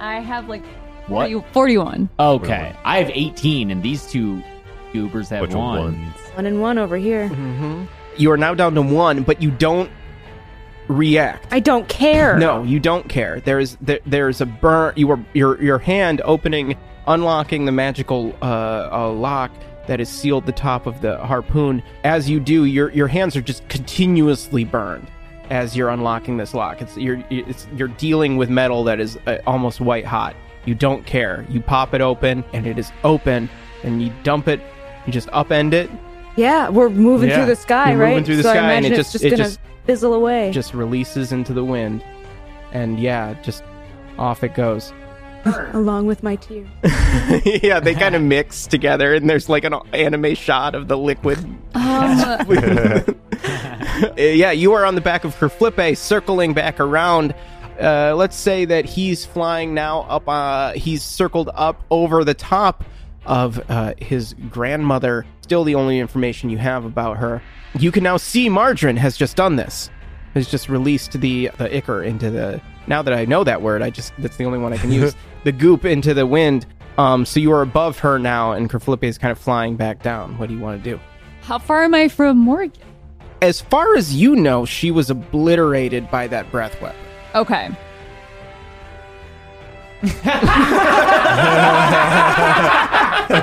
Speaker 4: I have like
Speaker 5: What?
Speaker 4: 40 41.
Speaker 5: Okay, I have 18, and these two goobers have
Speaker 3: Which
Speaker 5: one.
Speaker 3: one?
Speaker 2: one and one over here.
Speaker 1: Mm-hmm. You are now down to one, but you don't react.
Speaker 2: I don't care.
Speaker 1: No, you don't care. There's there, there's a burn. You were your your hand opening, unlocking the magical uh, uh, lock that has sealed the top of the harpoon. As you do, your your hands are just continuously burned as you're unlocking this lock. It's you're it's you're dealing with metal that is uh, almost white hot. You don't care. You pop it open, and it is open, and you dump it. You just upend it.
Speaker 2: Yeah, we're moving
Speaker 1: Yeah.
Speaker 2: through the sky,
Speaker 1: You're
Speaker 2: right?
Speaker 1: moving through the
Speaker 2: so
Speaker 1: sky
Speaker 2: I
Speaker 1: and
Speaker 2: imagine
Speaker 1: it just-
Speaker 2: it's just
Speaker 1: it
Speaker 2: gonna
Speaker 1: just-
Speaker 2: fizzle away.
Speaker 1: Just releases into the wind, and yeah, just off it goes.
Speaker 2: along with my tears.
Speaker 1: yeah, they kind of mix together, and there's like an anime shot of the liquid.
Speaker 4: Um,
Speaker 1: Uh, yeah, you are on the back of Kerflippe, circling back around. Uh, let's say that he's flying now up. Uh, he's circled up over the top of uh, his grandmother. Still, the only information you have about her. You can now see Margarine has just done this. Has just released the the ichor into the. Now that I know that word, I just that's the only one I can use. the goop into the wind. Um, so you are above her now, and Kerflippe is kind of flying back down. What do you want to do?
Speaker 4: how far am I from Morgan?
Speaker 1: As far as you know, she was obliterated by that breath weapon.
Speaker 4: Okay.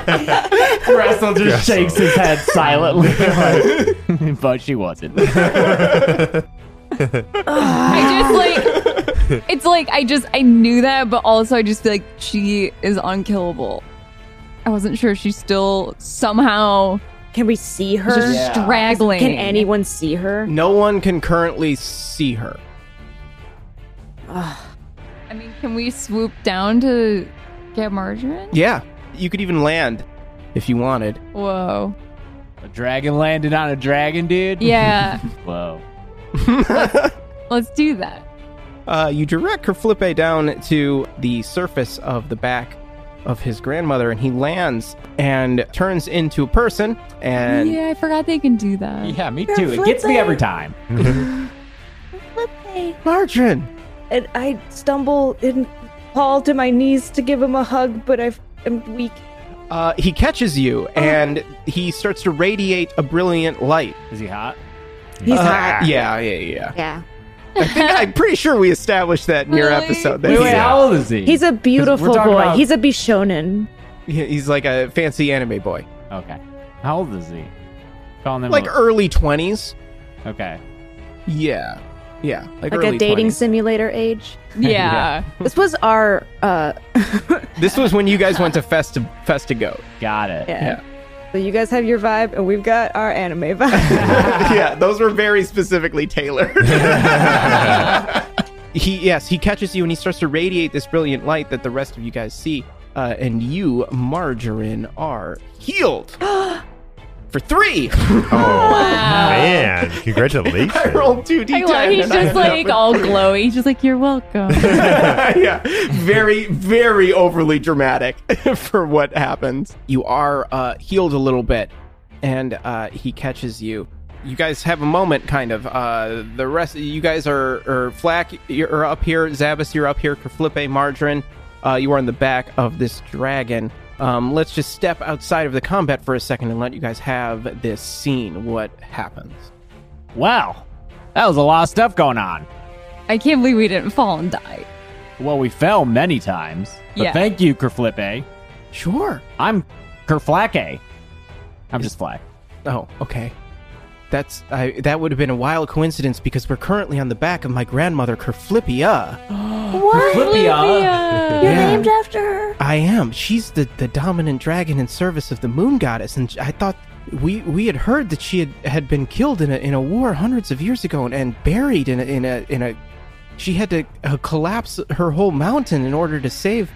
Speaker 5: Russell just shakes his head silently. like, but she wasn't.
Speaker 4: I just like it's like I just I knew that, but also I just feel like she is unkillable. I wasn't sure if she's still somehow
Speaker 2: Can we see her?
Speaker 4: just straggling.
Speaker 2: Can anyone see her?
Speaker 1: No one can currently see her.
Speaker 4: I mean, can we swoop down to Get margarine?
Speaker 1: Yeah, you could even land if you wanted.
Speaker 4: Whoa.
Speaker 5: A dragon landed on a dragon, dude?
Speaker 4: Yeah.
Speaker 5: Whoa.
Speaker 4: Let's do that.
Speaker 1: Uh, you direct Kerflippe down to the surface of the back of his grandmother, and he lands and turns into a person. And
Speaker 4: yeah, I forgot they can do that.
Speaker 5: Yeah, me too. It gets me every time.
Speaker 2: Flippy.
Speaker 1: Margarine,
Speaker 2: And I stumble and fall to my knees to give him a hug, but I've, I'm weak.
Speaker 1: uh, he catches you, and he starts to radiate a brilliant light.
Speaker 5: Is he hot?
Speaker 7: He's
Speaker 1: Uh,
Speaker 7: hot.
Speaker 1: Yeah, yeah, yeah.
Speaker 7: Yeah.
Speaker 1: I think I'm pretty sure we established that in your
Speaker 4: Really?
Speaker 1: episode. That
Speaker 5: Wait,
Speaker 1: he-
Speaker 5: wait, how old is he?
Speaker 2: He's a beautiful boy.
Speaker 5: talking about-
Speaker 2: He's a Bishonen.
Speaker 1: he- he's like a fancy anime boy,
Speaker 5: Okay. How old is he? Calling him
Speaker 1: like
Speaker 5: a-
Speaker 4: Uh-huh.
Speaker 1: early twenties.
Speaker 5: Okay.
Speaker 1: Yeah, yeah, like,
Speaker 7: Like
Speaker 1: early
Speaker 7: a dating
Speaker 1: 20s.
Speaker 7: simulator age.
Speaker 4: Yeah.
Speaker 7: This was our uh
Speaker 1: This was when you guys went to Festa Festigo.
Speaker 5: Got it.
Speaker 1: Yeah.
Speaker 2: So you guys have your vibe, and we've got our anime vibe.
Speaker 1: yeah, those were very specifically tailored. he yes, he catches you and he starts to radiate this brilliant light that the rest of you guys see, uh, and you, Margarine, are healed for three.
Speaker 3: Oh, man. Congratulations.
Speaker 1: I rolled two d10.
Speaker 4: I love, he's
Speaker 1: and I
Speaker 4: just
Speaker 1: ended up
Speaker 4: like
Speaker 1: with-
Speaker 4: all glowy. He's just like, you're welcome.
Speaker 1: yeah, very, very overly dramatic for what happens. You are uh, healed a little bit, and uh, he catches you. You guys have a moment, kind of. Uh, the rest, you guys are, are Flack, you're up here. Zabas, you're up here. Kerflippe, Margarine, uh, you are in the back of this dragon. Um, let's just step outside of the combat for a second and let you guys have this scene. What happens?
Speaker 5: Wow. That was a lot of stuff going on.
Speaker 4: I can't believe we didn't fall and die.
Speaker 5: Well, we fell many times. But
Speaker 4: Yeah.
Speaker 5: thank you, Kerflippe.
Speaker 1: Sure.
Speaker 5: I'm Kerflake. I'm just Flack.
Speaker 1: Oh, okay. That's I, that would have been a wild coincidence because we're currently on the back of my grandmother Kerflippia.
Speaker 4: Olivia.
Speaker 5: uh-huh.
Speaker 7: You're
Speaker 1: Yeah.
Speaker 7: named after her.
Speaker 1: I am. She's the, the dominant dragon in service of the moon goddess, and I thought we we had heard that she had, had been killed in a in a war hundreds of years ago and, and buried in a, in a in a she had to uh, collapse her whole mountain in order to save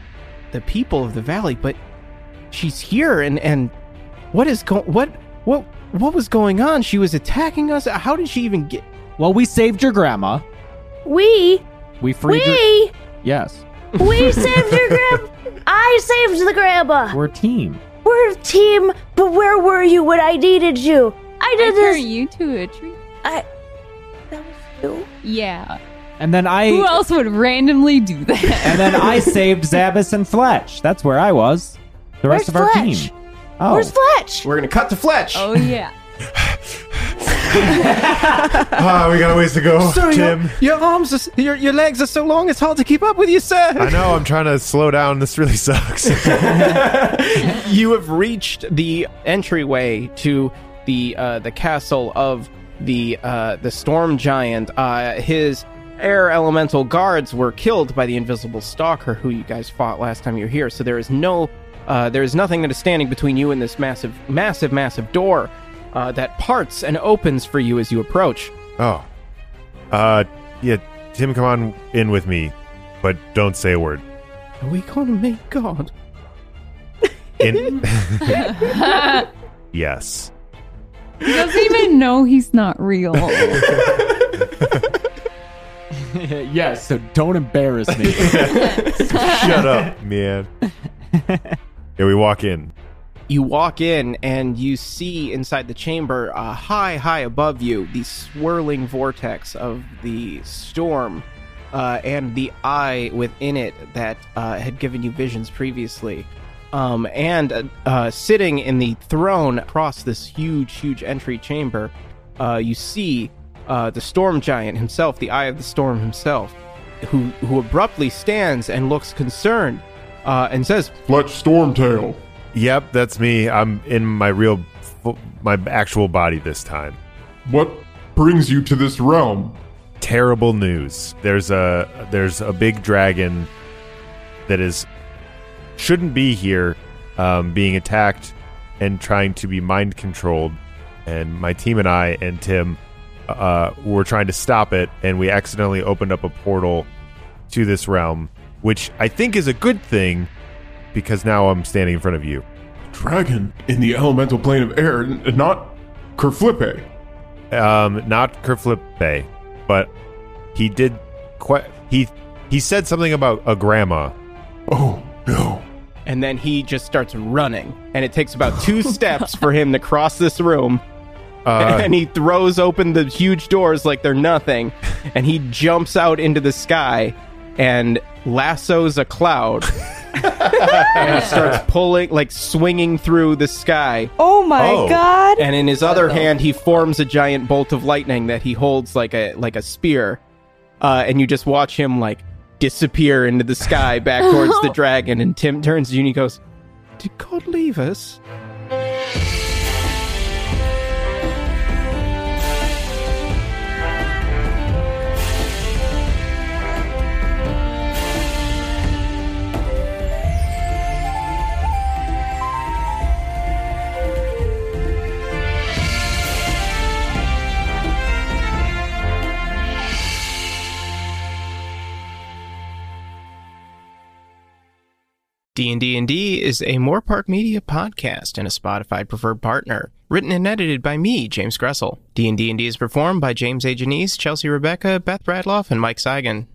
Speaker 1: the people of the valley, but she's here and and what is going what what what was going on? She was attacking us. How did she even get
Speaker 5: Well, we saved your grandma.
Speaker 7: We
Speaker 5: We freed her.
Speaker 7: we
Speaker 5: Yes.
Speaker 7: we saved your grandma. I saved the grandma.
Speaker 5: We're a team.
Speaker 7: We're a team, but where were you when I needed you? I
Speaker 4: I
Speaker 7: did
Speaker 4: turn
Speaker 7: this.
Speaker 4: you to a tree.
Speaker 7: I that was you.
Speaker 4: Yeah.
Speaker 5: And then I
Speaker 4: Who else would randomly do that?
Speaker 5: and then I saved Zabas and Fletch. That's where I was. The rest
Speaker 7: Where's
Speaker 5: of our
Speaker 7: Fletch?
Speaker 5: team. Oh,
Speaker 7: Where's Fletch?
Speaker 1: We're gonna cut to Fletch.
Speaker 4: oh yeah.
Speaker 3: Ah, we got a ways to go, Tim.
Speaker 1: Your, your arms, are, s- your your legs are so long, it's hard to keep up with you,
Speaker 3: I
Speaker 1: sir.
Speaker 3: know. I'm trying to slow down. This really sucks.
Speaker 1: you have reached the entryway to the uh, the castle of the uh, the storm giant. Uh, his air elemental guards were killed by the invisible stalker, who you guys fought last time you were here. So there is no, uh, there is nothing that is standing between you and this massive, massive, massive door uh, that parts and opens for you as you approach.
Speaker 3: oh. Uh, yeah. Tim, come on in with me, but don't say a word.
Speaker 1: Are we gonna make God?
Speaker 3: In- yes.
Speaker 4: He doesn't even know he's not real.
Speaker 5: yes. So don't embarrass me.
Speaker 3: Shut up, man. Yeah, we walk in.
Speaker 1: you walk in and you see inside the chamber uh, high high above you the swirling vortex of the storm uh, and the eye within it that uh, had given you visions previously um, and uh, uh, sitting in the throne across this huge huge entry chamber uh, you see uh, the storm giant himself the eye of the storm himself who, who abruptly stands and looks concerned uh, and says
Speaker 3: Yep, that's me. I'm in my real, my actual body this time.
Speaker 8: What brings you to this realm?
Speaker 3: terrible news. There's a there's a big dragon that is shouldn't be here, um, being attacked and trying to be mind controlled. And my team and I and Tim uh, were trying to stop it, and we accidentally opened up a portal to this realm, which I think is a good thing because now I'm standing in front of you.
Speaker 8: Dragon in the elemental plane of air, n- not Kerflippe.
Speaker 3: Um, not Kerflippe, but he did. Que- he he said something about a grandma.
Speaker 8: Oh, no.
Speaker 1: And then he just starts running. And it takes about two steps for him to cross this room.
Speaker 3: Uh,
Speaker 1: and he throws open the huge doors like they're nothing. And he jumps out into the sky and lassos a cloud. and starts pulling, like swinging through the sky.
Speaker 2: Oh my
Speaker 3: Oh.
Speaker 2: god.
Speaker 1: And in his other hand, he forms a giant bolt of lightning that he holds like a like a spear. Uh, and you just watch him like disappear into the sky back towards the dragon. And Tim turns to you and he goes, "Did God leave us?" D&D and D is a Moore Park Media podcast and a Spotify preferred partner. Written and edited by me, James Gressel. D&D and D is performed by James A. Janice, Chelsea Rebecca, Beth Bradloff, and Mike Seigan.